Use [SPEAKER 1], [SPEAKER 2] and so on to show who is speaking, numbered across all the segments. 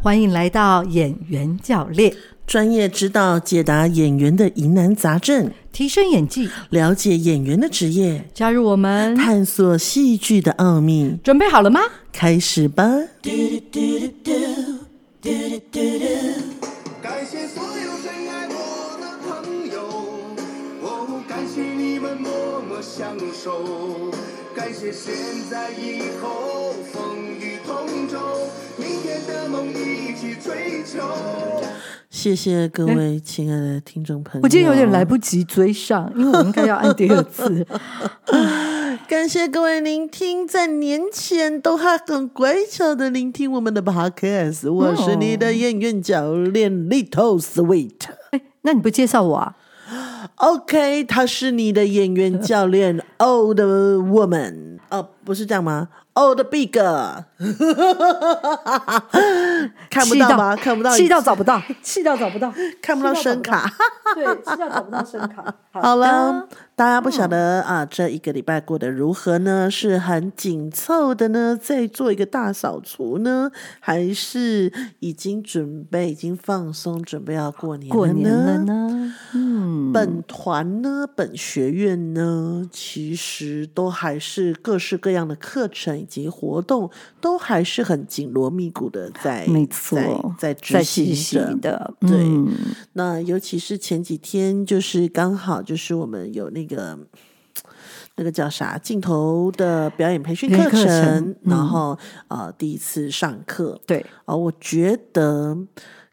[SPEAKER 1] 欢迎来到演员教练，
[SPEAKER 2] 专业指导解答演员的疑难杂症，
[SPEAKER 1] 提升演技，
[SPEAKER 2] 了解演员的职业，
[SPEAKER 1] 加入我们，
[SPEAKER 2] 探索戏剧的奥秘。
[SPEAKER 1] 准备好了吗？
[SPEAKER 2] 开始吧！
[SPEAKER 3] 感谢所有深爱我的朋友，哦，感谢你们默默相守，感谢现在以后风雨同舟，明天的梦一起追求。
[SPEAKER 2] 谢谢各位亲爱的听众朋友，
[SPEAKER 1] 我今天有点来不及追上，因为我应该要按第二 次。
[SPEAKER 2] 感谢各位聆听，在年前都还很乖巧的聆听我们的 podcast，我是你的演员教练 Little Sweet。
[SPEAKER 1] 哎，那你不介绍我啊？
[SPEAKER 2] OK，他是你的演员教 练 Old Woman 哦，不是这样吗？Old Big，看不到吗？
[SPEAKER 1] 气
[SPEAKER 2] 看不到，
[SPEAKER 1] 气到找不到，气到找不到，
[SPEAKER 2] 看不到声卡。
[SPEAKER 1] 对，气到找不到声 卡。
[SPEAKER 2] 好了，，大家不晓
[SPEAKER 1] 嗯
[SPEAKER 2] 得、啊，这一个礼拜过得如何呢？是很紧凑的呢，在做一个大扫除呢，还是已经准备、已经放松，准备要过年
[SPEAKER 1] 过
[SPEAKER 2] 了
[SPEAKER 1] 年
[SPEAKER 2] 呢
[SPEAKER 1] 了？呢，嗯，
[SPEAKER 2] 本团呢，本学院呢，其实都还是各式各样的课程以及活动，都还是很紧锣密鼓的在
[SPEAKER 1] 没错
[SPEAKER 2] 在在执
[SPEAKER 1] 哎在实
[SPEAKER 2] 行
[SPEAKER 1] 习
[SPEAKER 2] 着。
[SPEAKER 1] 的，
[SPEAKER 2] 对
[SPEAKER 1] 嗯
[SPEAKER 2] 那尤其是前几天，就是刚好就是我们有那个。那个叫啥镜头的表演培训
[SPEAKER 1] 培训
[SPEAKER 2] 课
[SPEAKER 1] 课
[SPEAKER 2] 程，
[SPEAKER 1] 程
[SPEAKER 2] 然
[SPEAKER 1] 嗯
[SPEAKER 2] 后呃第一次上课，
[SPEAKER 1] 对，
[SPEAKER 2] 哦，我觉得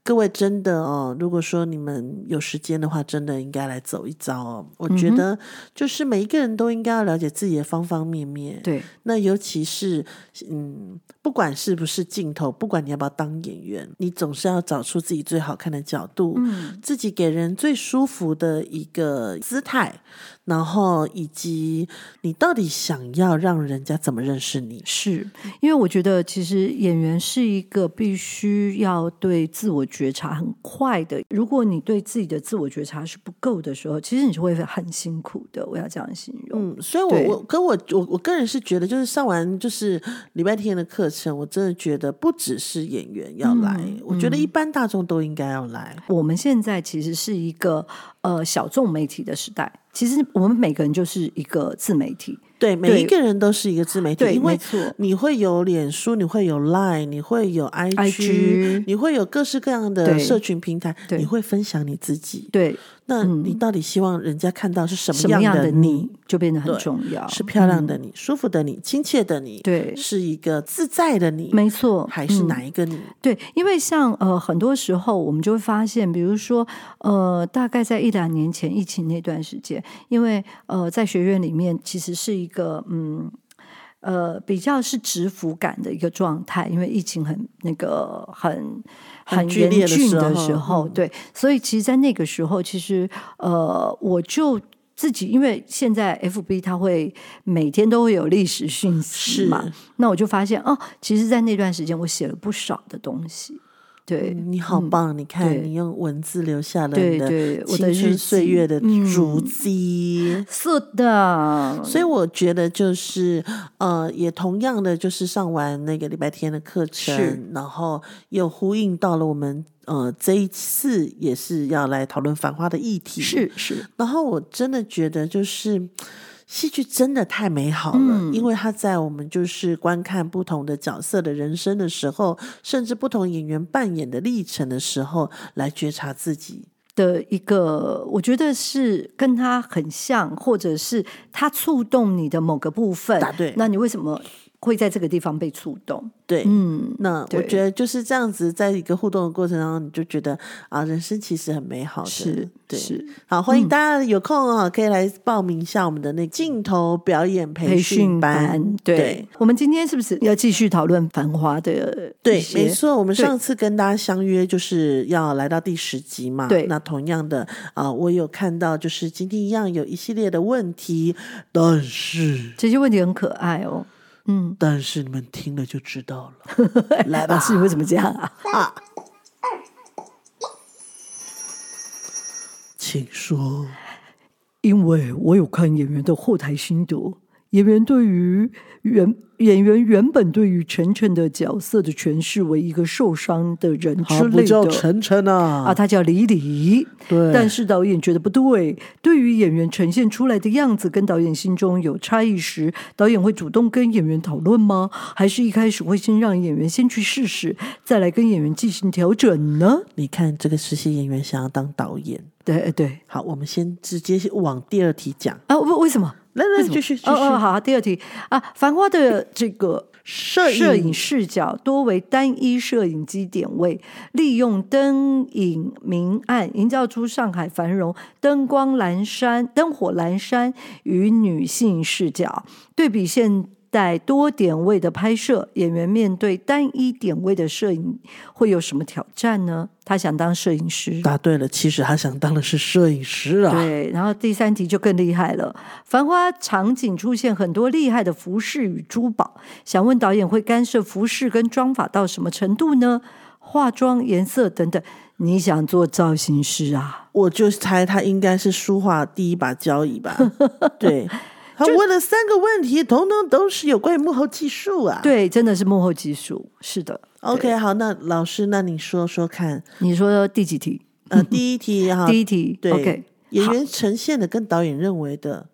[SPEAKER 2] 各位真的哦，如果说你们有时间的话，真的应该来走一遭哦。我
[SPEAKER 1] 嗯
[SPEAKER 2] 觉得就是每一个人都应该要了解自己的方方面面。，
[SPEAKER 1] 对，
[SPEAKER 2] 那尤其是嗯，不管是不是镜头，不管你要不要当演员，你总是要找出自己最好看的角度，
[SPEAKER 1] 嗯，
[SPEAKER 2] 自己给人最舒服的一个姿态，然后以及你到底想要让人家怎么认识你。
[SPEAKER 1] 是因为我觉得，其实演员是一个必须要对自我觉察很快的。如果你对自己的自我觉察是不够的时候，其实你是会很辛苦的。我要这样形容，
[SPEAKER 2] 嗯，所以
[SPEAKER 1] 对
[SPEAKER 2] 我我跟我我我个人是觉得，就是上完就是礼拜天的课程，我真的觉得不只是演员要来，
[SPEAKER 1] 嗯
[SPEAKER 2] 我觉得一般大众都应该要来。
[SPEAKER 1] 我们现在其实是一个呃小众媒体的时代。其实我们每个人就是一个自媒体，
[SPEAKER 2] 对，每
[SPEAKER 1] 对
[SPEAKER 2] 一个人都是一个自媒体，
[SPEAKER 1] 对，
[SPEAKER 2] 因
[SPEAKER 1] 没
[SPEAKER 2] 为
[SPEAKER 1] 错，
[SPEAKER 2] 你会有脸书，你会有 Line，你会有 IG，,
[SPEAKER 1] IG
[SPEAKER 2] 你会有各式各样的
[SPEAKER 1] 对
[SPEAKER 2] 社群平台，
[SPEAKER 1] 对
[SPEAKER 2] 你会分享你自己。
[SPEAKER 1] 对，
[SPEAKER 2] 那
[SPEAKER 1] 嗯
[SPEAKER 2] 你到底希望人家看到是什
[SPEAKER 1] 什
[SPEAKER 2] 么
[SPEAKER 1] 么样
[SPEAKER 2] 的
[SPEAKER 1] 的你就变得很
[SPEAKER 2] 对
[SPEAKER 1] 重要，
[SPEAKER 2] 是漂亮
[SPEAKER 1] 嗯，
[SPEAKER 2] 的你、舒服的你、亲切的你，
[SPEAKER 1] 对
[SPEAKER 2] 是一个自在的你，
[SPEAKER 1] 没错，
[SPEAKER 2] 还是
[SPEAKER 1] 嗯
[SPEAKER 2] 哪一个你？
[SPEAKER 1] 对，因为像呃，很多时候我们就会发现，比如说呃，大概在一两年前疫情那段时间，因为呃，在学院里面其实是一个嗯。呃，比较是直服感的一个状态，因为疫情很那个很
[SPEAKER 2] 很剧
[SPEAKER 1] 严
[SPEAKER 2] 烈的
[SPEAKER 1] 峻
[SPEAKER 2] 时
[SPEAKER 1] 的
[SPEAKER 2] 候
[SPEAKER 1] 时候，
[SPEAKER 2] 嗯
[SPEAKER 1] 对，所以其实，在那个时候，其实呃，我就自己，因为现在 FB 它会每天都会有历史讯息
[SPEAKER 2] 是
[SPEAKER 1] 嘛，那我就发现哦，其实，在那段时间，我写了不少的东西。对、
[SPEAKER 2] 你好棒！你
[SPEAKER 1] 嗯对
[SPEAKER 2] 看，你用文字留下了
[SPEAKER 1] 对
[SPEAKER 2] 你
[SPEAKER 1] 对
[SPEAKER 2] 的
[SPEAKER 1] 我的
[SPEAKER 2] 青
[SPEAKER 1] 日
[SPEAKER 2] 春岁
[SPEAKER 1] 记
[SPEAKER 2] 月的
[SPEAKER 1] 嗯
[SPEAKER 2] 足迹。
[SPEAKER 1] 是的，
[SPEAKER 2] 所以我觉得就是，呃，也同样的，就是上完那个礼拜天的课
[SPEAKER 1] 是
[SPEAKER 2] 程，然后又呼应到了我们呃这一次也是要来讨论繁花的议题。
[SPEAKER 1] 是是，
[SPEAKER 2] 然后我真的觉得就是。戏剧真的太美好了，
[SPEAKER 1] 嗯
[SPEAKER 2] 因为它在我们就是观看不同的角色的人生的时候，甚至不同演员扮演的历程的时候，来觉察自己。
[SPEAKER 1] 的一个，我觉得是跟他很像，或者是他触动你的某个部分
[SPEAKER 2] 答对。
[SPEAKER 1] 那你为什么会在这个地方被触动？
[SPEAKER 2] 对，
[SPEAKER 1] 嗯，
[SPEAKER 2] 那我
[SPEAKER 1] 对
[SPEAKER 2] 觉得就是这样子，在一个互动的过程当中，你就觉得啊，人生其实很美好的。
[SPEAKER 1] 是
[SPEAKER 2] 对。
[SPEAKER 1] 是，嗯
[SPEAKER 2] 好，欢迎大家有空啊、可以来报名一下我们的那个镜头表演培训班。
[SPEAKER 1] 对
[SPEAKER 2] 对
[SPEAKER 1] 我们今天是不是要继续讨论《繁花》的一
[SPEAKER 2] 对，
[SPEAKER 1] 些
[SPEAKER 2] 没错，我们
[SPEAKER 1] 对
[SPEAKER 2] 上次跟大家相约就是要来到第十集嘛。
[SPEAKER 1] 对
[SPEAKER 2] 那同样的啊、我有看到就是今天一样有一系列的问题，但是
[SPEAKER 1] 这些问题很可爱哦。嗯，
[SPEAKER 2] 但是你们听了就知道了。 来吧
[SPEAKER 1] 老，师，你为什么这样啊？
[SPEAKER 2] 啊，请 说。
[SPEAKER 1] 因为我有看演员的后台心得，演员对于原演员原本对于晨晨的角色的诠释为一个受伤的人
[SPEAKER 2] 好，
[SPEAKER 1] 之
[SPEAKER 2] 不
[SPEAKER 1] 类的
[SPEAKER 2] 叫晨晨啊，
[SPEAKER 1] 啊，他叫李李。
[SPEAKER 2] 对
[SPEAKER 1] 但是导演觉得不对，对于演员呈现出来的样子跟导演心中有差异时，导演会主动跟演员讨论吗？还是一开始会先让演员先去试试，再来跟演员进行调整呢？
[SPEAKER 2] 你看这个实习演员想要当导演。
[SPEAKER 1] 对呃对
[SPEAKER 2] 好，我们先直接往第二题讲。
[SPEAKER 1] 啊，不为什么？
[SPEAKER 2] 来来，
[SPEAKER 1] 为什么
[SPEAKER 2] 继续继续。
[SPEAKER 1] 哦哦，好，第二题啊，繁花的这个
[SPEAKER 2] 摄影
[SPEAKER 1] 摄影视角多为单一摄影机点位，利用灯影明暗，营造出上海繁荣灯光阑珊、灯火阑珊与女性视角。对比现代多点位的拍摄，演员面对单一点位的摄影会有什么挑战呢？他想当摄影师。
[SPEAKER 2] 答对了，其实他想当的是摄影师啊。
[SPEAKER 1] 对，然后第三题就更厉害了，繁花场景出现很多厉害的服饰与珠宝，想问导演会干涉服饰跟妆法到什么程度呢？化妆、颜色等等，你想做造型师啊？
[SPEAKER 2] 我就猜他应该是书画第一把交 椅吧。对，他问了三个问题，统统都是有关于幕后技术啊。
[SPEAKER 1] 对，真的是幕后技术，是的。对
[SPEAKER 2] ，OK，好，那老师，那你说 说看，
[SPEAKER 1] 你说第几题？
[SPEAKER 2] 呃，第一题哈，
[SPEAKER 1] 第一题
[SPEAKER 2] 对
[SPEAKER 1] ，OK，
[SPEAKER 2] 演
[SPEAKER 1] 好
[SPEAKER 2] 员呈现的跟导演认为的，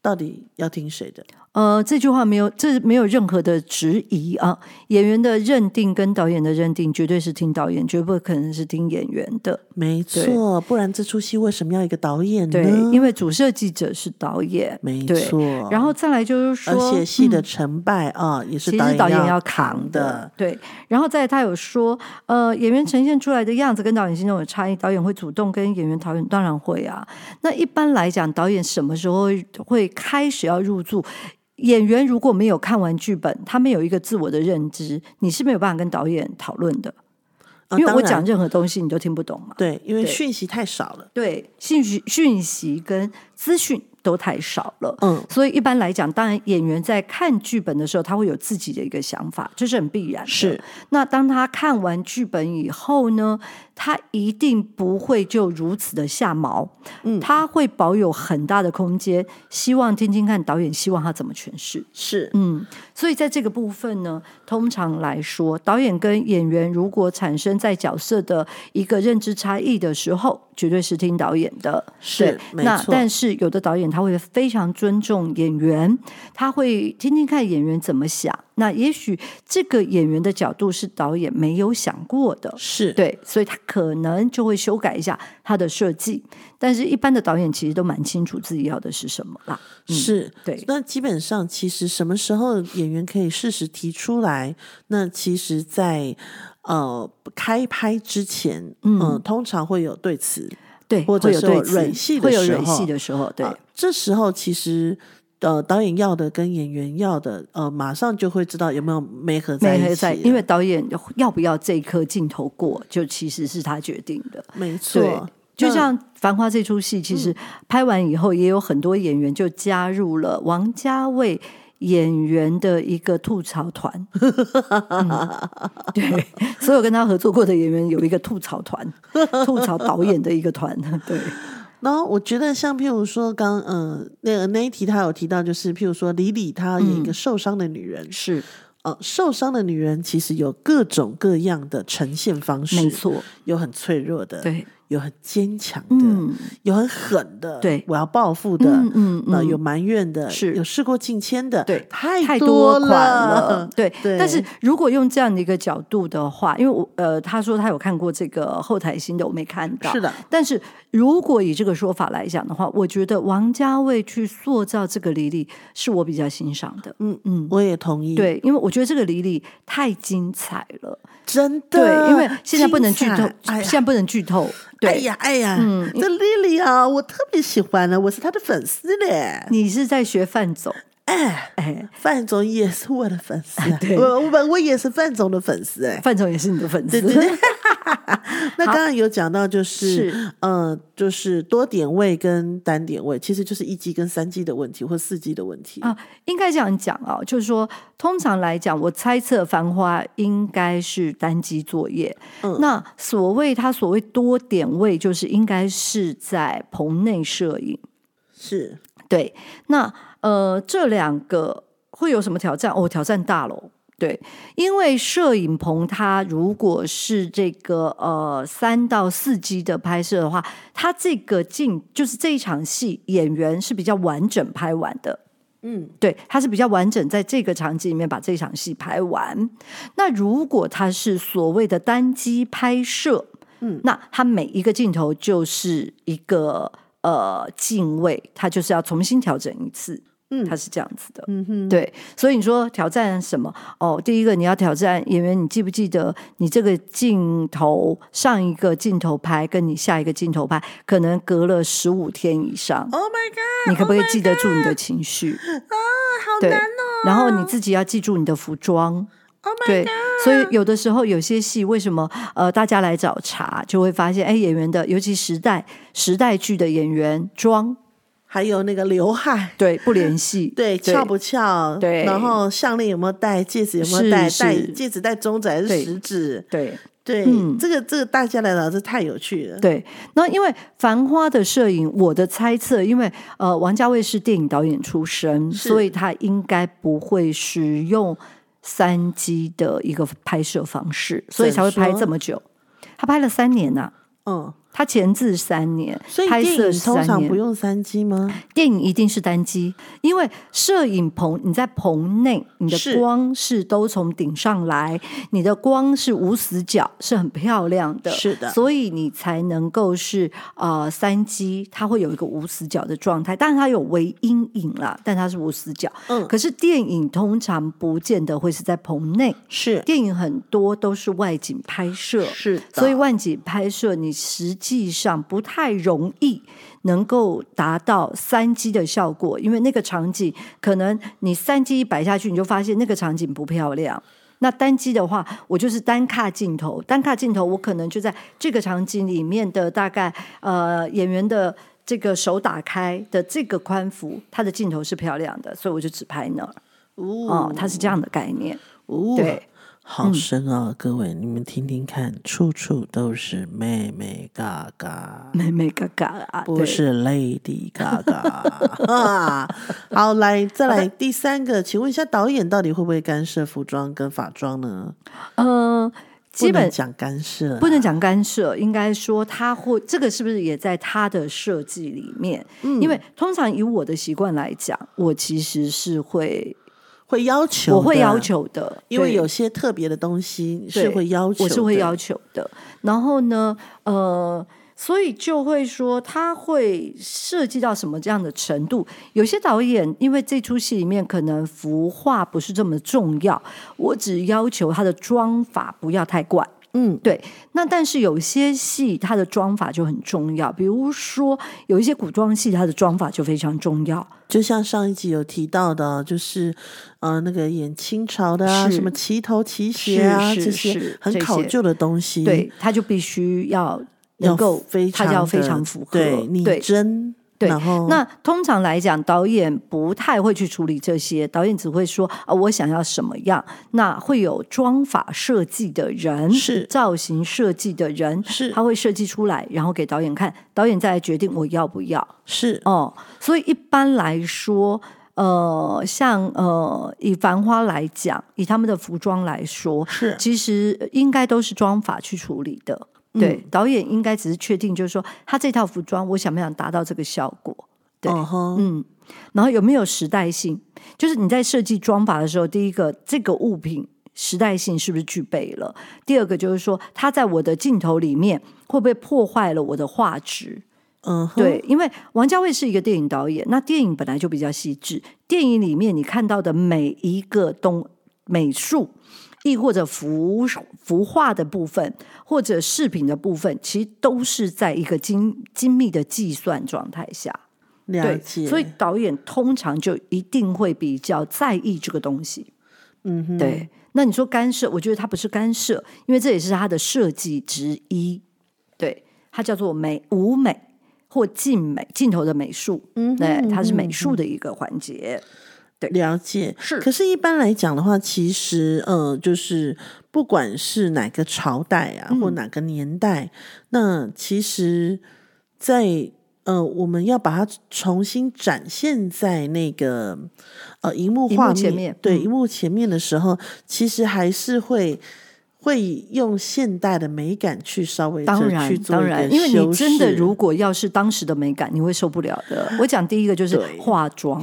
[SPEAKER 2] 到底要听谁的？
[SPEAKER 1] 呃，这句话没有，这没有任何的质疑啊。演员的认定跟导演的认定，绝对是听导演，绝不可能是听演员的。
[SPEAKER 2] 没错，不然这出戏为什么要一个导演呢？
[SPEAKER 1] 对，因为主设计者是导演，
[SPEAKER 2] 没
[SPEAKER 1] 对
[SPEAKER 2] 错，
[SPEAKER 1] 然后再来就是说，
[SPEAKER 2] 啊而且戏的
[SPEAKER 1] 嗯
[SPEAKER 2] 成败啊，也是
[SPEAKER 1] 其实导演要
[SPEAKER 2] 扛
[SPEAKER 1] 扛的，，对。然后再来他有说，呃，演员呈现出来的样子跟导演心中有差异，导演会主动跟演员讨论，当然会啊。那一般来讲，导演什么时候会会开始要入驻？演员如果没有看完剧本，他们有一个自我的认知，你是没有办法跟导演讨论的，
[SPEAKER 2] 啊
[SPEAKER 1] 因为
[SPEAKER 2] 当
[SPEAKER 1] 我
[SPEAKER 2] 然
[SPEAKER 1] 讲任何东西你都听不懂嘛。
[SPEAKER 2] 对，因为
[SPEAKER 1] 对
[SPEAKER 2] 讯息太少了。
[SPEAKER 1] 对，信息讯息跟资讯都太少了。
[SPEAKER 2] 嗯，
[SPEAKER 1] 所以一般来讲，当然演员在看剧本的时候，他会有自己的一个想法，这是很必然的。
[SPEAKER 2] 是，
[SPEAKER 1] 那当他看完剧本以后呢，他一定不会就如此的下毛，
[SPEAKER 2] 嗯
[SPEAKER 1] 他会保有很大的空间，希望听听看导演希望他怎么诠释。
[SPEAKER 2] 是，
[SPEAKER 1] 嗯，所以在这个部分呢，通常来说，导演跟演员如果产生在角色的一个认知差异的时候，绝对是听导演的。对
[SPEAKER 2] 是，没
[SPEAKER 1] 那
[SPEAKER 2] 错。
[SPEAKER 1] 但是有的导演他会非常尊重演员，他会听听看演员怎么想。那也许这个演员的角度是导演没有想过的。
[SPEAKER 2] 是，
[SPEAKER 1] 对，所以他可能就会修改一下他的设计，但是一般的导演其实都蛮清楚自己要的是什么啦。嗯
[SPEAKER 2] 是，
[SPEAKER 1] 对
[SPEAKER 2] 那基本上，其实什么时候演员可以适时提出来？那其实在，呃开拍之前，嗯、
[SPEAKER 1] 嗯
[SPEAKER 2] 通常会有对词，
[SPEAKER 1] 对，
[SPEAKER 2] 或者
[SPEAKER 1] 会有
[SPEAKER 2] 是
[SPEAKER 1] 对
[SPEAKER 2] 有
[SPEAKER 1] 词
[SPEAKER 2] 软戏的
[SPEAKER 1] 会有
[SPEAKER 2] 时
[SPEAKER 1] 软戏
[SPEAKER 2] 候
[SPEAKER 1] 的时候，对、
[SPEAKER 2] 啊这时候其实。呃，导演要的跟演员要的，呃，马上就会知道有没有没合在
[SPEAKER 1] 没
[SPEAKER 2] 一起了。
[SPEAKER 1] 合在，因为导演要不要这一颗镜头过，就其实是他决定的。
[SPEAKER 2] 没
[SPEAKER 1] 对
[SPEAKER 2] 错，，
[SPEAKER 1] 就
[SPEAKER 2] 那嗯
[SPEAKER 1] 像《繁花》这出戏，其实拍完以后，也有很多演员就加入了王家卫。演员的一个吐槽团、 嗯对，所有跟他合作过的演员有一个吐槽团，吐槽导演的一个团， 对，
[SPEAKER 2] 然后我觉得像譬如说刚嗯、呃、那个那一题他有提到，就是譬如说李李她演一个受伤的女人，
[SPEAKER 1] 嗯是
[SPEAKER 2] 呃，受伤的女人其实有各种各样的呈现方式，
[SPEAKER 1] 没，错，
[SPEAKER 2] 有很脆弱的，，
[SPEAKER 1] 对，
[SPEAKER 2] 有很坚强的，
[SPEAKER 1] 嗯，
[SPEAKER 2] 有很狠的，
[SPEAKER 1] 对
[SPEAKER 2] 我要报复的，
[SPEAKER 1] 嗯嗯
[SPEAKER 2] 那有
[SPEAKER 1] 嗯
[SPEAKER 2] 埋怨的，
[SPEAKER 1] 是
[SPEAKER 2] 有事过境迁的，
[SPEAKER 1] 对
[SPEAKER 2] 太
[SPEAKER 1] 太
[SPEAKER 2] 多
[SPEAKER 1] 多款了，对。
[SPEAKER 2] 对
[SPEAKER 1] 但是如果用这样的一个角度的话，因为我呃，他说他有看过这个后台新的，我没看到。
[SPEAKER 2] 是的，
[SPEAKER 1] 但是如果以这个说法来讲的话，我觉得王家卫去塑造这个李李是我比较欣赏的。
[SPEAKER 2] 嗯
[SPEAKER 1] 嗯，
[SPEAKER 2] 我也同意，，
[SPEAKER 1] 对，因为我觉得这个李李太精彩了。
[SPEAKER 2] 真的，
[SPEAKER 1] 对，因为现在不能剧
[SPEAKER 2] 精
[SPEAKER 1] 透，
[SPEAKER 2] 彩哎
[SPEAKER 1] 现在
[SPEAKER 2] 呀。
[SPEAKER 1] 不能剧透。对，
[SPEAKER 2] 哎呀哎呀，
[SPEAKER 1] 嗯
[SPEAKER 2] 这 Lily 啊，我特别喜欢呢，我是她的粉丝嘞。
[SPEAKER 1] 你是在学范总，
[SPEAKER 2] 哎，
[SPEAKER 1] 哎，
[SPEAKER 2] 范总也是我的粉丝、啊
[SPEAKER 1] ，对
[SPEAKER 2] 我我我也是范总的粉丝哎、
[SPEAKER 1] 范总也是你的粉丝。
[SPEAKER 2] 对对对， 那
[SPEAKER 1] 好
[SPEAKER 2] 刚刚有讲到就是，
[SPEAKER 1] 是
[SPEAKER 2] 呃，就是多点位跟单点位，其实就是一季跟三季的问题，或四季的问题。
[SPEAKER 1] 啊，应该这样讲啊，就是说，通常来讲，我猜测《繁花》应该是单机作业。
[SPEAKER 2] 嗯
[SPEAKER 1] 那所谓它所谓多点位，就是应该是在棚内摄影。
[SPEAKER 2] 是
[SPEAKER 1] 对，那呃，这两个会有什么挑战？哦，挑战大喽。对，因为摄影棚它如果是这个呃三到四集的拍摄的话，它这个镜就是这一场戏演员是比较完整拍完的。
[SPEAKER 2] 嗯，
[SPEAKER 1] 对，它是比较完整，在这个场景里面把这场戏拍完。那如果它是所谓的单机拍摄，
[SPEAKER 2] 嗯，
[SPEAKER 1] 那它每一个镜头就是一个呃镜位，它就是要重新调整一次，
[SPEAKER 2] 嗯
[SPEAKER 1] 它是这样子的。
[SPEAKER 2] 嗯哼，
[SPEAKER 1] 对，所以你说挑战什么？哦，第一个你要挑战演员，你记不记得你这个镜头上一个镜头拍跟你下一个镜头拍，可能隔了十五天以上。
[SPEAKER 2] Oh my god！
[SPEAKER 1] 你可不可以
[SPEAKER 2] oh my
[SPEAKER 1] 记得住你的情绪？
[SPEAKER 2] 啊好
[SPEAKER 1] 对
[SPEAKER 2] 难哦。
[SPEAKER 1] 然后你自己要记住你的服装。
[SPEAKER 2] Oh my
[SPEAKER 1] 对，所以有的时候有些戏为什么呃大家来找茬，就会发现哎演员的，尤其时代时代剧的演员妆
[SPEAKER 2] 还有那个刘海，
[SPEAKER 1] 对不联系，
[SPEAKER 2] 对，翘不翘？
[SPEAKER 1] 对
[SPEAKER 2] 然后项链有没有戴？戒指有没有戴？
[SPEAKER 1] 是
[SPEAKER 2] 戴
[SPEAKER 1] 是
[SPEAKER 2] 戒指戴中指还是
[SPEAKER 1] 对
[SPEAKER 2] 食指？
[SPEAKER 1] 对
[SPEAKER 2] 对，
[SPEAKER 1] 嗯
[SPEAKER 2] 这个这个大家来聊，这太有趣了。
[SPEAKER 1] 对。那因为《繁花》的摄影，我的猜测，因为呃王家卫是电影导演出身，
[SPEAKER 2] 是
[SPEAKER 1] 所以他应该不会使用三机的一个拍摄方式，所以才会拍
[SPEAKER 2] 怎说
[SPEAKER 1] 这么久。他拍了三年呐、
[SPEAKER 2] 嗯，
[SPEAKER 1] 他前置三年，
[SPEAKER 2] 所以
[SPEAKER 1] 拍
[SPEAKER 2] 电
[SPEAKER 1] 摄
[SPEAKER 2] 影通
[SPEAKER 1] 三
[SPEAKER 2] 常
[SPEAKER 1] 年
[SPEAKER 2] 不用三 G 吗？
[SPEAKER 1] 电影一定是单机，因为摄影棚你在棚内，你的
[SPEAKER 2] 是
[SPEAKER 1] 光是都从顶上来，你的光是无死角，是很漂亮的，
[SPEAKER 2] 是的
[SPEAKER 1] 所以你才能够是呃三机，它会有一个无死角的状态，但是它有微阴影啦，但它是无死角。
[SPEAKER 2] 嗯
[SPEAKER 1] 可是电影通常不见得会是在棚内，
[SPEAKER 2] 是
[SPEAKER 1] 电影很多都是外景拍摄，
[SPEAKER 2] 是的，
[SPEAKER 1] 所以万景拍摄，你实际上不太容易能够达到三 G 的效果，因为那个场景可能你三 G 一摆下去，你就发现那个场景不漂亮。那单机的话，我就是单卡镜头，单卡镜头我可能就在这个场景里面的大概呃演员的这个手打开的这个宽幅，它的镜头是漂亮的，所以我就只拍那儿哦
[SPEAKER 2] 哦，
[SPEAKER 1] 它是这样的概念，
[SPEAKER 2] 哦
[SPEAKER 1] 对。嗯
[SPEAKER 2] 好深啊、各位，你们听听看，处处都是妹妹嘎嘎，
[SPEAKER 1] 美美嘎嘎啊，
[SPEAKER 2] 不
[SPEAKER 1] 对
[SPEAKER 2] 是 Lady Gaga 啊。好，来再来第三个，请问一下导演到底会不会干涉服装跟法妆呢？
[SPEAKER 1] 呃，基
[SPEAKER 2] 不
[SPEAKER 1] 本
[SPEAKER 2] 能讲干涉啊，
[SPEAKER 1] 不能讲干涉，应该说他会这个是不是也在他的设计里面？
[SPEAKER 2] 嗯
[SPEAKER 1] 因为通常以我的习惯来讲，我其实是会
[SPEAKER 2] 会要求，
[SPEAKER 1] 我会要。求的，
[SPEAKER 2] 因为
[SPEAKER 1] 对
[SPEAKER 2] 有些特别的东西
[SPEAKER 1] 对
[SPEAKER 2] 是会要求的，
[SPEAKER 1] 我是会要求的。然后呢，呃，所以就会说他会涉及到什么这样的程度？有些导演因为这出戏里面可能服化不是这么重要，我只要求他的妆法不要太怪。
[SPEAKER 2] 嗯，
[SPEAKER 1] 对，那但是有些戏它的妆法就很重要，比如说有一些古装戏，它的妆法就非常重要。
[SPEAKER 2] 就像上一集有提到的啊，就是呃，那个演清朝的啊，
[SPEAKER 1] 是
[SPEAKER 2] 什么旗头旗鞋啊，
[SPEAKER 1] 是是
[SPEAKER 2] 这
[SPEAKER 1] 是
[SPEAKER 2] 些很
[SPEAKER 1] 这
[SPEAKER 2] 考
[SPEAKER 1] 些
[SPEAKER 2] 究的东西，
[SPEAKER 1] 对，它就必须要
[SPEAKER 2] 嗯要
[SPEAKER 1] 能够，
[SPEAKER 2] 非常
[SPEAKER 1] 它要非
[SPEAKER 2] 的
[SPEAKER 1] 常符合。
[SPEAKER 2] 对拟
[SPEAKER 1] 对
[SPEAKER 2] 真，
[SPEAKER 1] 对
[SPEAKER 2] 然后
[SPEAKER 1] 那通常来讲，导演不太会去处理这些，导演只会说啊、我想要什么样。那会有妆法设计的人，
[SPEAKER 2] 是
[SPEAKER 1] 造型设计的人，
[SPEAKER 2] 是
[SPEAKER 1] 他会设计出来，然后给导演看，导演再来决定我要不要。
[SPEAKER 2] 是
[SPEAKER 1] 哦，所以一般来说，呃，像呃，以繁花来讲，以他们的服装来说，
[SPEAKER 2] 是
[SPEAKER 1] 其实应该都是妆法去处理的。对，导演应该只是确定，就是说他这套服装，我想不想达到这个效果？对
[SPEAKER 2] 嗯哼，
[SPEAKER 1] 嗯，然后有没有时代性？就是你在设计装法的时候，第一个这个物品时代性是不是具备了？第二个就是说，它在我的镜头里面会不会破坏了我的画质？
[SPEAKER 2] 嗯哼，
[SPEAKER 1] 对，因为王家卫是一个电影导演，那电影本来就比较细致，电影里面你看到的每一个东美术。亦或者服服化的部分，或者饰品的部分，其实都是在一个精精密的计算状态下。
[SPEAKER 2] 了
[SPEAKER 1] 对，
[SPEAKER 2] 解，
[SPEAKER 1] 所以导演通常就一定会比较在意这个东西。
[SPEAKER 2] 嗯哼，
[SPEAKER 1] 对，那你说干涉，我觉得它不是干涉，因为这也是它的设计之一。对，它叫做美舞美或镜美，镜头的美术，
[SPEAKER 2] 嗯哼
[SPEAKER 1] 对，它是
[SPEAKER 2] 嗯
[SPEAKER 1] 美
[SPEAKER 2] 哼
[SPEAKER 1] 术的一个环节。
[SPEAKER 2] 了解，
[SPEAKER 1] 是
[SPEAKER 2] 可是，一般来讲的话，其实，呃，就是不管是哪个朝代啊，或
[SPEAKER 1] 嗯
[SPEAKER 2] 哪个年代，那其实在，呃，我们要把它重新展现在那个呃荧幕
[SPEAKER 1] 荧幕
[SPEAKER 2] 画
[SPEAKER 1] 前
[SPEAKER 2] 面，
[SPEAKER 1] 面
[SPEAKER 2] 对
[SPEAKER 1] 嗯
[SPEAKER 2] 荧幕前面的时候，其实还是会。会用现代的美感去稍微
[SPEAKER 1] 当
[SPEAKER 2] 地
[SPEAKER 1] 然
[SPEAKER 2] 去，做
[SPEAKER 1] 当
[SPEAKER 2] 一
[SPEAKER 1] 然，
[SPEAKER 2] 个
[SPEAKER 1] 因为
[SPEAKER 2] 修
[SPEAKER 1] 你真的
[SPEAKER 2] 饰
[SPEAKER 1] 如果要是当时的美感，你会受不了的。我讲第一个就是
[SPEAKER 2] 对
[SPEAKER 1] 化妆，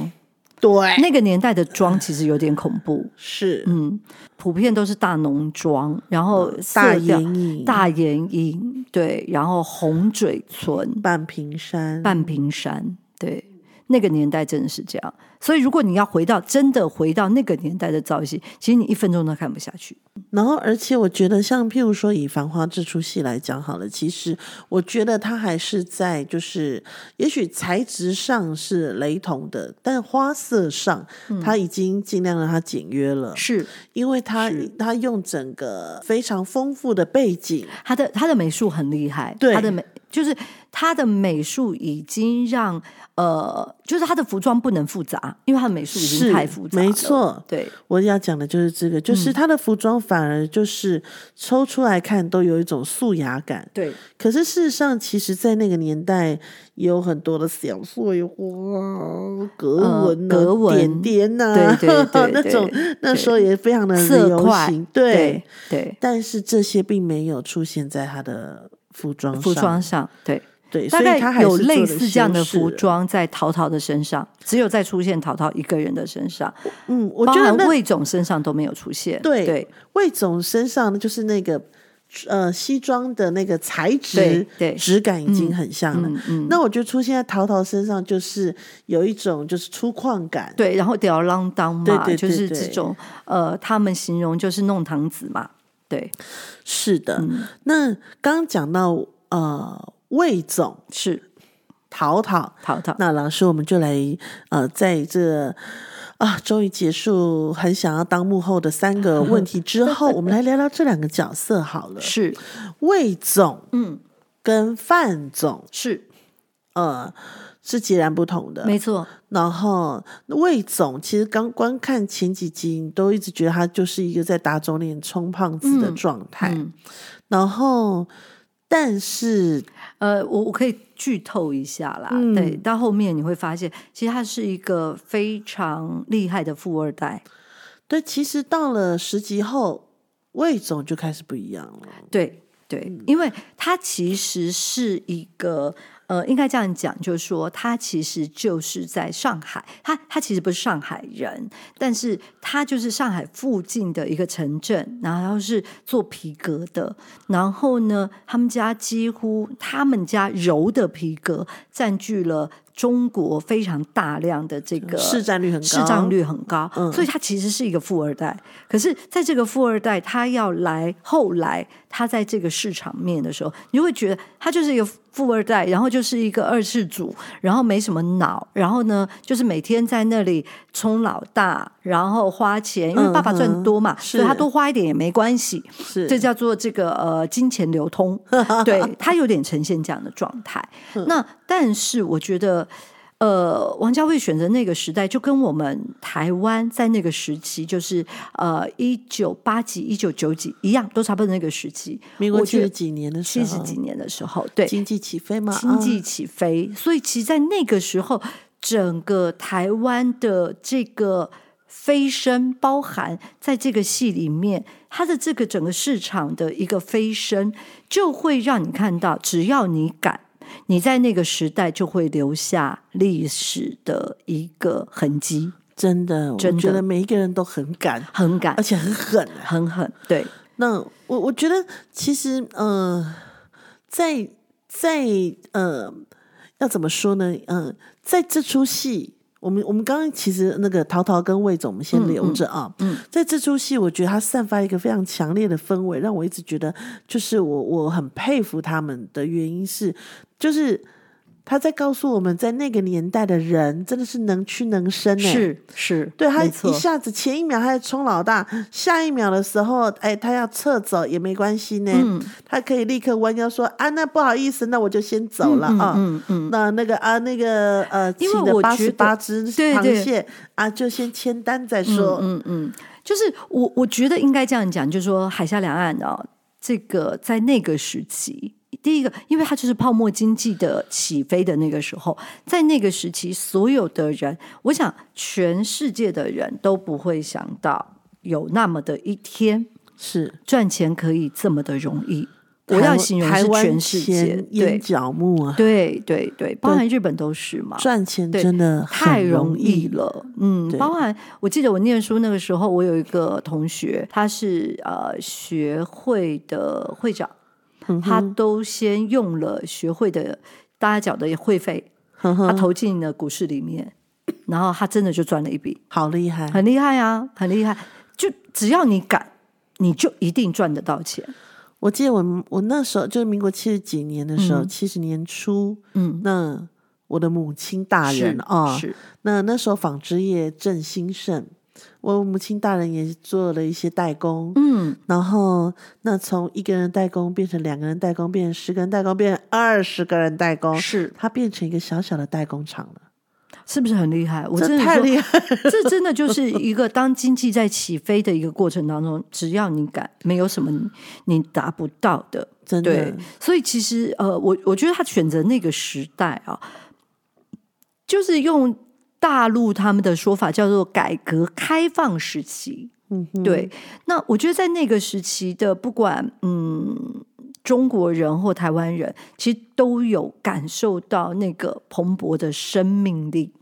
[SPEAKER 2] 对
[SPEAKER 1] 那个年代的妆其实有点恐怖，
[SPEAKER 2] 是
[SPEAKER 1] 嗯，普遍都是大浓妆，然后
[SPEAKER 2] 嗯大
[SPEAKER 1] 色调
[SPEAKER 2] 眼影、
[SPEAKER 1] 大眼影，对，然后红嘴唇、
[SPEAKER 2] 半屏山、
[SPEAKER 1] 半屏山，对，那个年代真的是这样。所以如果你要回到真的回到那个年代的造型，其实你一分钟都看不下去。
[SPEAKER 2] 然后，而且我觉得，像譬如说以《繁花》这出戏来讲好了，其实我觉得它还是在就是，也许材质上是雷同的，但花色上，它已经尽量让它简约了，
[SPEAKER 1] 嗯是
[SPEAKER 2] 因为它
[SPEAKER 1] 是
[SPEAKER 2] 它用整个非常丰富的背景，
[SPEAKER 1] 他的他的美术很厉害，
[SPEAKER 2] 对
[SPEAKER 1] 他的美就是他的美术已经让呃，就是他的服装不能复杂，因为他的美术已经
[SPEAKER 2] 是
[SPEAKER 1] 太复杂了，
[SPEAKER 2] 没错。
[SPEAKER 1] 对，嗯
[SPEAKER 2] 我要讲的就是这个，就是它的服装反而就是抽出来看都有一种素雅感，
[SPEAKER 1] 对
[SPEAKER 2] 可是事实上，其实，在那个年代，也有很多的小碎花、格纹、
[SPEAKER 1] 呃
[SPEAKER 2] 啊、
[SPEAKER 1] 格纹
[SPEAKER 2] 点点呐、
[SPEAKER 1] 对对对
[SPEAKER 2] 那种
[SPEAKER 1] 对
[SPEAKER 2] 那时候也非常的
[SPEAKER 1] 色
[SPEAKER 2] 流
[SPEAKER 1] 块
[SPEAKER 2] 行，，
[SPEAKER 1] 对对，
[SPEAKER 2] 但是这些并没有出现在他的服装上，
[SPEAKER 1] 服装上对，
[SPEAKER 2] 对，
[SPEAKER 1] 大
[SPEAKER 2] 所以他
[SPEAKER 1] 概
[SPEAKER 2] 还是
[SPEAKER 1] 有
[SPEAKER 2] 做了
[SPEAKER 1] 类似这样的服
[SPEAKER 2] 修饰。
[SPEAKER 1] 装在淘淘的身上，只有在出现淘淘一个人的身上，
[SPEAKER 2] 嗯，我
[SPEAKER 1] 包
[SPEAKER 2] 觉得
[SPEAKER 1] 含
[SPEAKER 2] 那
[SPEAKER 1] 魏总身上都没有出现，
[SPEAKER 2] 对
[SPEAKER 1] 对
[SPEAKER 2] 魏总身上就是那个呃西装的那个材质
[SPEAKER 1] 对、对
[SPEAKER 2] 质感已经很像了。
[SPEAKER 1] 嗯嗯
[SPEAKER 2] 那我觉得出现在淘淘身上，就是有一种就是粗犷感，
[SPEAKER 1] 对，然后吊儿郎当嘛，
[SPEAKER 2] 对对对
[SPEAKER 1] 就是
[SPEAKER 2] 对
[SPEAKER 1] 这种呃，他们形容就是弄堂子嘛，对，
[SPEAKER 2] 是的，
[SPEAKER 1] 嗯
[SPEAKER 2] 那刚刚讲到呃魏总
[SPEAKER 1] 是
[SPEAKER 2] 淘淘，
[SPEAKER 1] 淘淘。
[SPEAKER 2] 那老师我们就来呃在这。啊，终于结束，很想要当幕后的三个问题 之后，我们来聊聊这两个角色好了。
[SPEAKER 1] 是，
[SPEAKER 2] 魏总
[SPEAKER 1] 嗯，
[SPEAKER 2] 跟范总，
[SPEAKER 1] 是，
[SPEAKER 2] 呃，是截然不同的。
[SPEAKER 1] 没错，
[SPEAKER 2] 然后魏总其实刚观看前几集，你都一直觉得他就是一个在打肿脸充胖子的
[SPEAKER 1] 嗯
[SPEAKER 2] 状态。
[SPEAKER 1] 嗯，
[SPEAKER 2] 然后，但是
[SPEAKER 1] 呃，我我可以剧透一下啦，
[SPEAKER 2] 嗯
[SPEAKER 1] 对，到后面你会发现，其实他是一个非常厉害的富二代，
[SPEAKER 2] 对，其实到了十集后，魏总就开始不一样了。
[SPEAKER 1] 对对，
[SPEAKER 2] 嗯
[SPEAKER 1] 因为他其实是一个呃，应该这样讲，就是说他其实就是在上海，他他其实不是上海人，但是他就是上海附近的一个城镇，然后是做皮革的，然后呢，他们家几乎他们家揉的皮革占据了。中国非常大量的这个
[SPEAKER 2] 市占率很高
[SPEAKER 1] 市占率很高，
[SPEAKER 2] 嗯
[SPEAKER 1] 所以他其实是一个富二代。可是，在这个富二代，他要来后来他在这个市场面的时候，你就会觉得他就是一个富二代，然后就是一个二世祖，然后没什么脑，然后呢，就是每天在那里充老大，然后花钱，因为爸爸赚多嘛，
[SPEAKER 2] 嗯哼
[SPEAKER 1] 所以他
[SPEAKER 2] 是
[SPEAKER 1] 多花一点也没关系。
[SPEAKER 2] 是
[SPEAKER 1] 这叫做这个呃金钱流 通，对他有点呈现这样的状态。
[SPEAKER 2] 嗯
[SPEAKER 1] 那但是我觉得。呃，王家卫选择那个时代，就跟我们台湾在那个时期，就是呃一九八几、一九九几一样，都差不多那个时期。
[SPEAKER 2] 民国
[SPEAKER 1] 我
[SPEAKER 2] 七
[SPEAKER 1] 觉
[SPEAKER 2] 十
[SPEAKER 1] 得
[SPEAKER 2] 几年的时
[SPEAKER 1] 七
[SPEAKER 2] 候，
[SPEAKER 1] 十几年的时候，对，
[SPEAKER 2] 经济起飞嘛，
[SPEAKER 1] 经济
[SPEAKER 2] 啊
[SPEAKER 1] 起飞，所以其实，在那个时候，整个台湾的这个飞升，包含在这个戏里面，它的这个整个市场的一个飞升，就会让你看到，只要你敢，你在那个时代就会留下历史的一个痕迹，
[SPEAKER 2] 真的，我
[SPEAKER 1] 真的
[SPEAKER 2] 觉得每一个人都很敢，
[SPEAKER 1] 很敢
[SPEAKER 2] 而，且很狠、啊。
[SPEAKER 1] 很狠，对，
[SPEAKER 2] 那我我觉得其实呃，在在呃，要怎么说呢？嗯、在这出戏，我们我们刚刚其实那个陶陶跟魏总，我们先
[SPEAKER 1] 嗯
[SPEAKER 2] 留着啊。
[SPEAKER 1] 嗯嗯
[SPEAKER 2] 在这出戏，我觉得它散发一个非常强烈的氛围，让我一直觉得就是我我很佩服他们的原因是，就是他在告诉我们，在那个年代的人真的是能屈能伸、欸，
[SPEAKER 1] 是是，
[SPEAKER 2] 对他
[SPEAKER 1] 没错
[SPEAKER 2] 一下子前一秒他在冲老大，下一秒的时候，哎，他要撤走也没关系呢，
[SPEAKER 1] 嗯
[SPEAKER 2] 他可以立刻弯腰说啊，那不好意思，那我就先走了啊。
[SPEAKER 1] 嗯嗯嗯
[SPEAKER 2] 那那个啊，那个呃，
[SPEAKER 1] 因为
[SPEAKER 2] 请的
[SPEAKER 1] 我
[SPEAKER 2] 八
[SPEAKER 1] 觉
[SPEAKER 2] 十
[SPEAKER 1] 得
[SPEAKER 2] 八只
[SPEAKER 1] 对
[SPEAKER 2] 螃
[SPEAKER 1] 对
[SPEAKER 2] 蟹啊，就先签单再说。
[SPEAKER 1] 嗯嗯，就是我我觉得应该这样讲，就是说海峡两岸哦，这个在那个时期。第一个，因为它就是泡沫经济的起飞的那个时候，在那个时期，所有的人，我想全世界的人都不会想到有那么的一天，
[SPEAKER 2] 是，
[SPEAKER 1] 赚钱可以这么的容易。我
[SPEAKER 2] 台
[SPEAKER 1] 要
[SPEAKER 2] 湾
[SPEAKER 1] 形容
[SPEAKER 2] 台
[SPEAKER 1] 是
[SPEAKER 2] 湾
[SPEAKER 1] 全世界，
[SPEAKER 2] 前
[SPEAKER 1] 对
[SPEAKER 2] 烟角木啊，
[SPEAKER 1] 对对对，包含日本都是嘛，
[SPEAKER 2] 赚钱
[SPEAKER 1] 对
[SPEAKER 2] 真的
[SPEAKER 1] 太
[SPEAKER 2] 很
[SPEAKER 1] 容
[SPEAKER 2] 容
[SPEAKER 1] 易。了，嗯，
[SPEAKER 2] 对
[SPEAKER 1] 包含我记得我念书那个时候，我有一个同学，他是呃学会的会长，他都先用了学会的大家缴的会费，
[SPEAKER 2] 呵
[SPEAKER 1] 他
[SPEAKER 2] 呵，
[SPEAKER 1] 投进了股市里面，然后他真的就赚了一笔，
[SPEAKER 2] 好厉害！
[SPEAKER 1] 很厉害啊，很厉害，就只要你敢，你就一定赚得到钱，
[SPEAKER 2] 我记得我我那时候就是民国七十几年的时候，
[SPEAKER 1] 嗯
[SPEAKER 2] 七十、年初，
[SPEAKER 1] 嗯，
[SPEAKER 2] 那我的母亲大
[SPEAKER 1] 是
[SPEAKER 2] 人啊、
[SPEAKER 1] 是，
[SPEAKER 2] 那那时候纺织业正兴盛，我母亲大人也做了一些代工，
[SPEAKER 1] 嗯，
[SPEAKER 2] 然后那从一个人代工变成两个人代工，变成十个人代工，变成二十个人代工，
[SPEAKER 1] 是
[SPEAKER 2] 它变成一个小小的代工厂了，
[SPEAKER 1] 是不是很厉害？我真
[SPEAKER 2] 这
[SPEAKER 1] 的
[SPEAKER 2] 太
[SPEAKER 1] 说
[SPEAKER 2] 厉害了！
[SPEAKER 1] 这真的就是一个当经济在起飞的一个过程当中，只要你敢，没有什么你你达不到的。
[SPEAKER 2] 真
[SPEAKER 1] 对
[SPEAKER 2] 的，，
[SPEAKER 1] 所以其实呃，我我觉得他选择那个时代啊，就是用大陆他们的说法叫做改革开放时期。
[SPEAKER 2] 嗯哼，
[SPEAKER 1] 对，那我觉得在那个时期的，不管嗯中国人或台湾人，其实都有感受到那个蓬勃的生命力。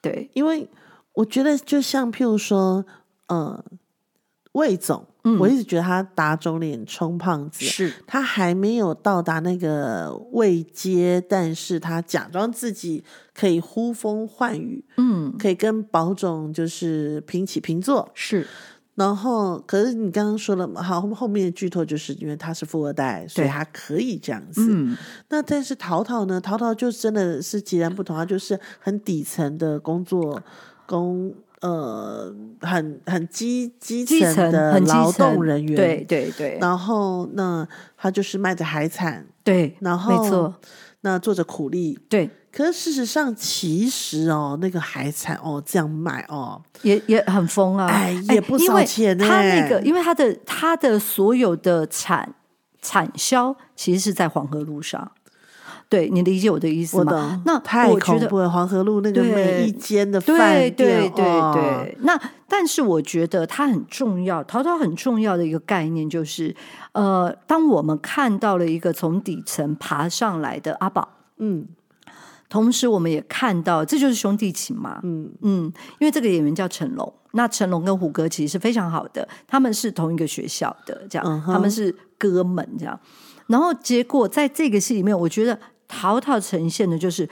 [SPEAKER 1] 对，
[SPEAKER 2] 因为我觉得就像譬如说，呃，魏总，
[SPEAKER 1] 嗯
[SPEAKER 2] 我一直觉得他打肿脸充胖子，
[SPEAKER 1] 是
[SPEAKER 2] 他还没有到达那个位阶，但是他假装自己可以呼风唤雨，
[SPEAKER 1] 嗯。
[SPEAKER 2] 可以跟保总就是平起平坐。
[SPEAKER 1] 是
[SPEAKER 2] 然后，可是你刚刚说了嘛，好，后面的剧透就是因为他是富二代，所以
[SPEAKER 1] 对
[SPEAKER 2] 他可以这样子。
[SPEAKER 1] 嗯，
[SPEAKER 2] 那但是淘淘呢？淘淘就真的是截然不同，他就是很底层的工作，工呃，很很基基
[SPEAKER 1] 基层
[SPEAKER 2] 层的
[SPEAKER 1] 很基
[SPEAKER 2] 劳动
[SPEAKER 1] 层
[SPEAKER 2] 人员。
[SPEAKER 1] 对。对对
[SPEAKER 2] 然后那他就是卖着海产，
[SPEAKER 1] 对，
[SPEAKER 2] 然后
[SPEAKER 1] 没错，
[SPEAKER 2] 那做着苦力。
[SPEAKER 1] 对，
[SPEAKER 2] 可是事实上，其实哦，那个海产哦这样卖哦，
[SPEAKER 1] 也也很疯啊，
[SPEAKER 2] 哎也不少钱
[SPEAKER 1] 因为他那个，
[SPEAKER 2] 欸
[SPEAKER 1] 因为他的他的所有的产产销其实是在黄河路上，对你理解我的意思
[SPEAKER 2] 我
[SPEAKER 1] 吗
[SPEAKER 2] 懂？，
[SPEAKER 1] 那
[SPEAKER 2] 太
[SPEAKER 1] 我觉
[SPEAKER 2] 恐
[SPEAKER 1] 得
[SPEAKER 2] 怖了。黄河路那个
[SPEAKER 1] 对
[SPEAKER 2] 每一间的饭
[SPEAKER 1] 对
[SPEAKER 2] 店，
[SPEAKER 1] 对对
[SPEAKER 2] 哦
[SPEAKER 1] 对，那但是我觉得它很重要，淘淘很重要的一个概念就是，呃，当我们看到了一个从底层爬上来的阿宝，
[SPEAKER 2] 嗯
[SPEAKER 1] 同时，我们也看到，这就是兄弟情嘛。
[SPEAKER 2] 嗯
[SPEAKER 1] 嗯，因为这个演员叫成龙，那成龙跟胡歌其实是非常好的，他们是同一个学校的，这样、
[SPEAKER 2] 嗯哼
[SPEAKER 1] 他们是哥们这样。然后结果在这个戏里面，我觉得淘淘呈现的就是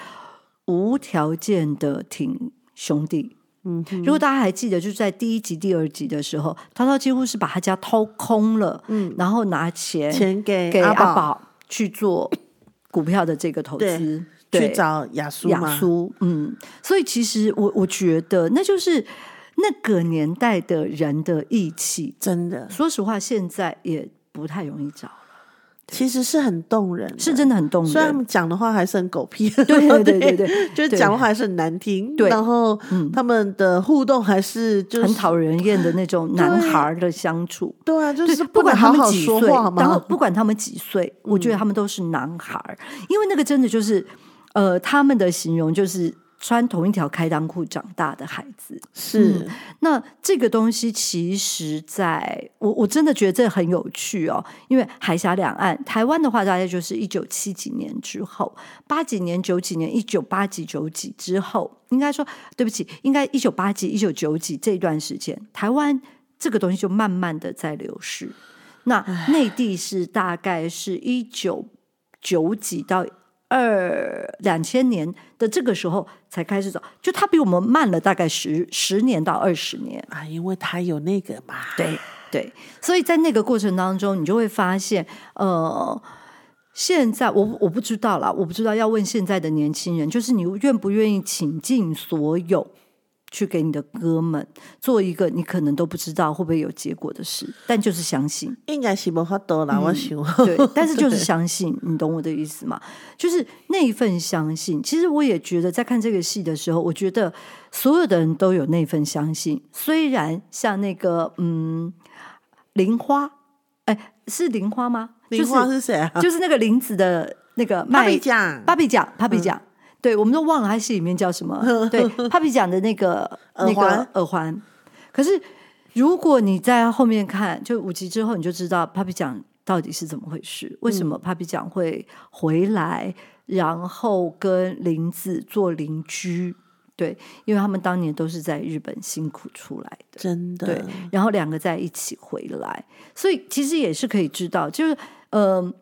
[SPEAKER 1] 无条件的挺兄弟。
[SPEAKER 2] 嗯哼，
[SPEAKER 1] 如果大家还记得，就是在第一集、第二集的时候，淘淘几乎是把他家掏空了，嗯，然后拿钱
[SPEAKER 2] 钱给
[SPEAKER 1] 给
[SPEAKER 2] 阿
[SPEAKER 1] 阿
[SPEAKER 2] 宝
[SPEAKER 1] 宝去做股票的这个投资，对
[SPEAKER 2] 去找雅苏
[SPEAKER 1] 雅
[SPEAKER 2] 嘛，
[SPEAKER 1] 苏，嗯，所以其实我我觉得那就是那个年代的人的义气。
[SPEAKER 2] 真的
[SPEAKER 1] 说实话，现在也不太容易找，
[SPEAKER 2] 其实是很动人，
[SPEAKER 1] 是。真的很动
[SPEAKER 2] 虽然他
[SPEAKER 1] 人。
[SPEAKER 2] 们讲的话还是很狗屁，
[SPEAKER 1] 对对对对
[SPEAKER 2] 对
[SPEAKER 1] 对，
[SPEAKER 2] 就是
[SPEAKER 1] 对
[SPEAKER 2] 讲的话还是很难听，
[SPEAKER 1] 对
[SPEAKER 2] 然后
[SPEAKER 1] 嗯
[SPEAKER 2] 他们的互动还是就是
[SPEAKER 1] 很讨人厌的那种男孩儿的相处。
[SPEAKER 2] 对啊，就
[SPEAKER 1] 对
[SPEAKER 2] 是，
[SPEAKER 1] 不管
[SPEAKER 2] 能
[SPEAKER 1] 他
[SPEAKER 2] 好
[SPEAKER 1] 们
[SPEAKER 2] 好
[SPEAKER 1] 几
[SPEAKER 2] 说
[SPEAKER 1] 岁，
[SPEAKER 2] 话
[SPEAKER 1] 然后
[SPEAKER 2] 吗？嗯
[SPEAKER 1] 不嗯管他们几岁，我觉得他们都是男孩儿，因为那个真的就是，呃，他们的形容就是穿同一条开裆裤长大的孩子。
[SPEAKER 2] 是，
[SPEAKER 1] 那这个东西其实在，我我真的觉得这很有趣哦，因为海峡两岸，台湾的话大概就是一九七几年之后，八几年、九几年、一九八几、九几之后，应该说对不起，应该一九八几、一九九几这段时间，台湾这个东西就慢慢的在流失。那内地是大概是一九九几到二两千年的这个时候才开始走，就它比我们慢了大概十十年到二十年。
[SPEAKER 2] 啊，因为他有那个嘛，
[SPEAKER 1] 对对，所以在那个过程当中，你就会发现，呃，现在我我不知道啦，我不知道要问现在的年轻人，就是你愿不愿意倾尽所有去给你的哥们做一个你可能都不知道会不会有结果的事，但就是相信。
[SPEAKER 2] 应该是无法度啦，我想。
[SPEAKER 1] 嗯 对，但是 就是
[SPEAKER 2] 对
[SPEAKER 1] 相信，你懂我的意思吗？就是那一份相信。其实我也觉得，在看这个戏的时候，我觉得所有的人都有那份相信。虽然像那个嗯，玲花，哎，是玲花吗？
[SPEAKER 2] 林花
[SPEAKER 1] 就是
[SPEAKER 2] 谁啊？
[SPEAKER 1] 就是那个林子的那个
[SPEAKER 2] 芭
[SPEAKER 1] 卖
[SPEAKER 2] 比酱，
[SPEAKER 1] 芭比奖，芭
[SPEAKER 2] 嗯
[SPEAKER 1] 比奖。对，我们都忘了他戏里面叫什么。对，芭比奖的那个那
[SPEAKER 2] 耳环
[SPEAKER 1] 个耳环。可是如果你在后面看，就五集之后，你就知道芭比奖到底是怎么回事，为什
[SPEAKER 2] 嗯
[SPEAKER 1] 么芭比奖会回来，然后跟林子做邻居。对，因为他们当年都是在日本辛苦出来的。
[SPEAKER 2] 真的
[SPEAKER 1] 对，然后两个在一起回来，所以其实也是可以知道，就是嗯、呃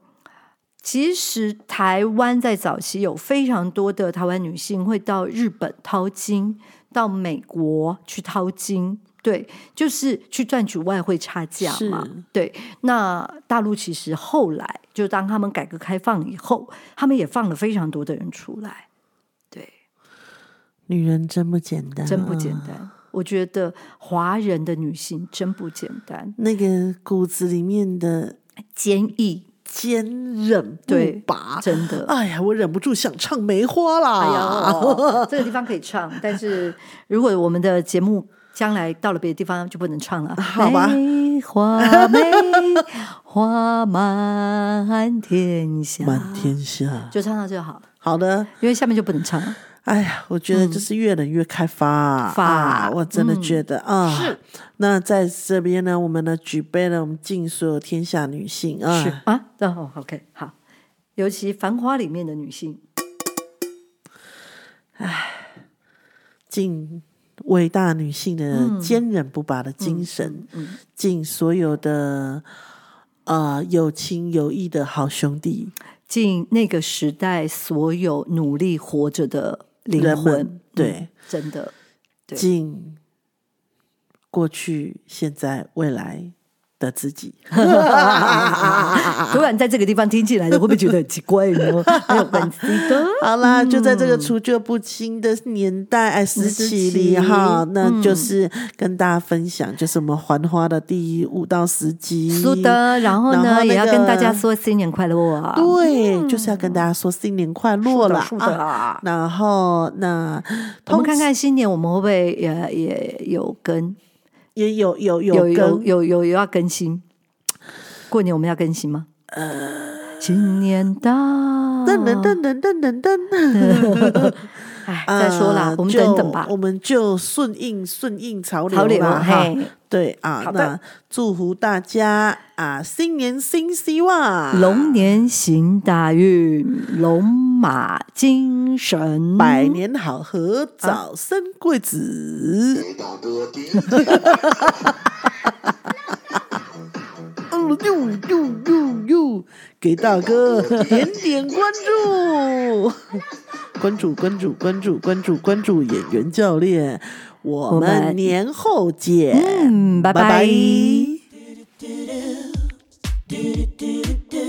[SPEAKER 1] 其实台湾在早期有非常多的台湾女性会到日本淘金，到美国去淘金，对，就是去赚取外汇差价嘛
[SPEAKER 2] 是。
[SPEAKER 1] 对，那大陆其实后来就当他们改革开放以后，他们也放了非常多的人出来，对。
[SPEAKER 2] 女人真不简单，啊
[SPEAKER 1] 真不简。单。我觉得华人的女性真不简单，
[SPEAKER 2] 那个骨子里面的
[SPEAKER 1] 坚毅，
[SPEAKER 2] 坚韧不
[SPEAKER 1] 对
[SPEAKER 2] 拔，
[SPEAKER 1] 真 的。
[SPEAKER 2] 哎呀，我忍不住想唱梅花啦！
[SPEAKER 1] 哎
[SPEAKER 2] 啊
[SPEAKER 1] 呀， 这个地方可以唱，但是如果我们的节目将来到了别的地方，就不能唱了。
[SPEAKER 2] 好吧
[SPEAKER 1] 梅花梅花满天下，
[SPEAKER 2] 满天下，
[SPEAKER 1] 就唱到就啊好，
[SPEAKER 2] 好的，
[SPEAKER 1] 因为下面就不能唱了。
[SPEAKER 2] 哎呀，我觉得就是越冷越开发、啊
[SPEAKER 1] 发嗯
[SPEAKER 2] 我真的觉得、啊，
[SPEAKER 1] 是。
[SPEAKER 2] 那在这边呢，我们呢举杯了，我们敬所有天下女性啊，
[SPEAKER 1] 是啊，然后 OK 好，尤其《繁花》里面的女性，
[SPEAKER 2] 敬伟大女性的坚韧不拔的精神，
[SPEAKER 1] 嗯
[SPEAKER 2] 敬所有的呃有情有义的好兄弟，
[SPEAKER 1] 尽那个时代所有努力活着的灵
[SPEAKER 2] 人
[SPEAKER 1] 魂嗯
[SPEAKER 2] 们，对，
[SPEAKER 1] 真的对
[SPEAKER 2] 敬过去、现在、未来的自己。
[SPEAKER 1] 突然在这个地方听起来的，会不会觉得很奇怪 呢？没有关系的。
[SPEAKER 2] 好啦，就在这个除旧布新的年代、哎时
[SPEAKER 1] 嗯时
[SPEAKER 2] 期里
[SPEAKER 1] 期嗯
[SPEAKER 2] 哈，那就是跟大家分享，就是我们《还花》的第五到十集。
[SPEAKER 1] 苏的，然后呢，
[SPEAKER 2] 然后那个
[SPEAKER 1] 也要跟大家说新年快乐啊！
[SPEAKER 2] 对，就是要跟大家说新年快乐啦！
[SPEAKER 1] 是的是的
[SPEAKER 2] 啊然后那
[SPEAKER 1] 我
[SPEAKER 2] 通
[SPEAKER 1] 们看看新年我们会不会也也有更
[SPEAKER 2] 也有有有
[SPEAKER 1] 有有
[SPEAKER 2] 跟
[SPEAKER 1] 有有有要更新？过年我们要更新吗？呃，新年到，
[SPEAKER 2] 噔噔噔噔噔噔噔，
[SPEAKER 1] 哎，再说啦
[SPEAKER 2] 啊，
[SPEAKER 1] 我们
[SPEAKER 2] 就
[SPEAKER 1] 等等吧
[SPEAKER 2] 我。们就顺应顺应潮
[SPEAKER 1] 潮
[SPEAKER 2] 流
[SPEAKER 1] 流
[SPEAKER 2] 啦哈
[SPEAKER 1] 嘿。
[SPEAKER 2] 对啊
[SPEAKER 1] 好，的
[SPEAKER 2] 那祝福大家啊，新年新希望，
[SPEAKER 1] 龙年行大运，龙马精神，
[SPEAKER 2] 百年好合，早生贵子。
[SPEAKER 3] 给大哥第一。
[SPEAKER 2] 嗯，呦呦呦呦，给大哥点点关注，关注关注关注关注关注演员教练，我
[SPEAKER 1] 我
[SPEAKER 2] 们
[SPEAKER 1] 们嗯
[SPEAKER 2] 年后见，
[SPEAKER 1] 嗯拜
[SPEAKER 2] 拜
[SPEAKER 1] 拜
[SPEAKER 2] 拜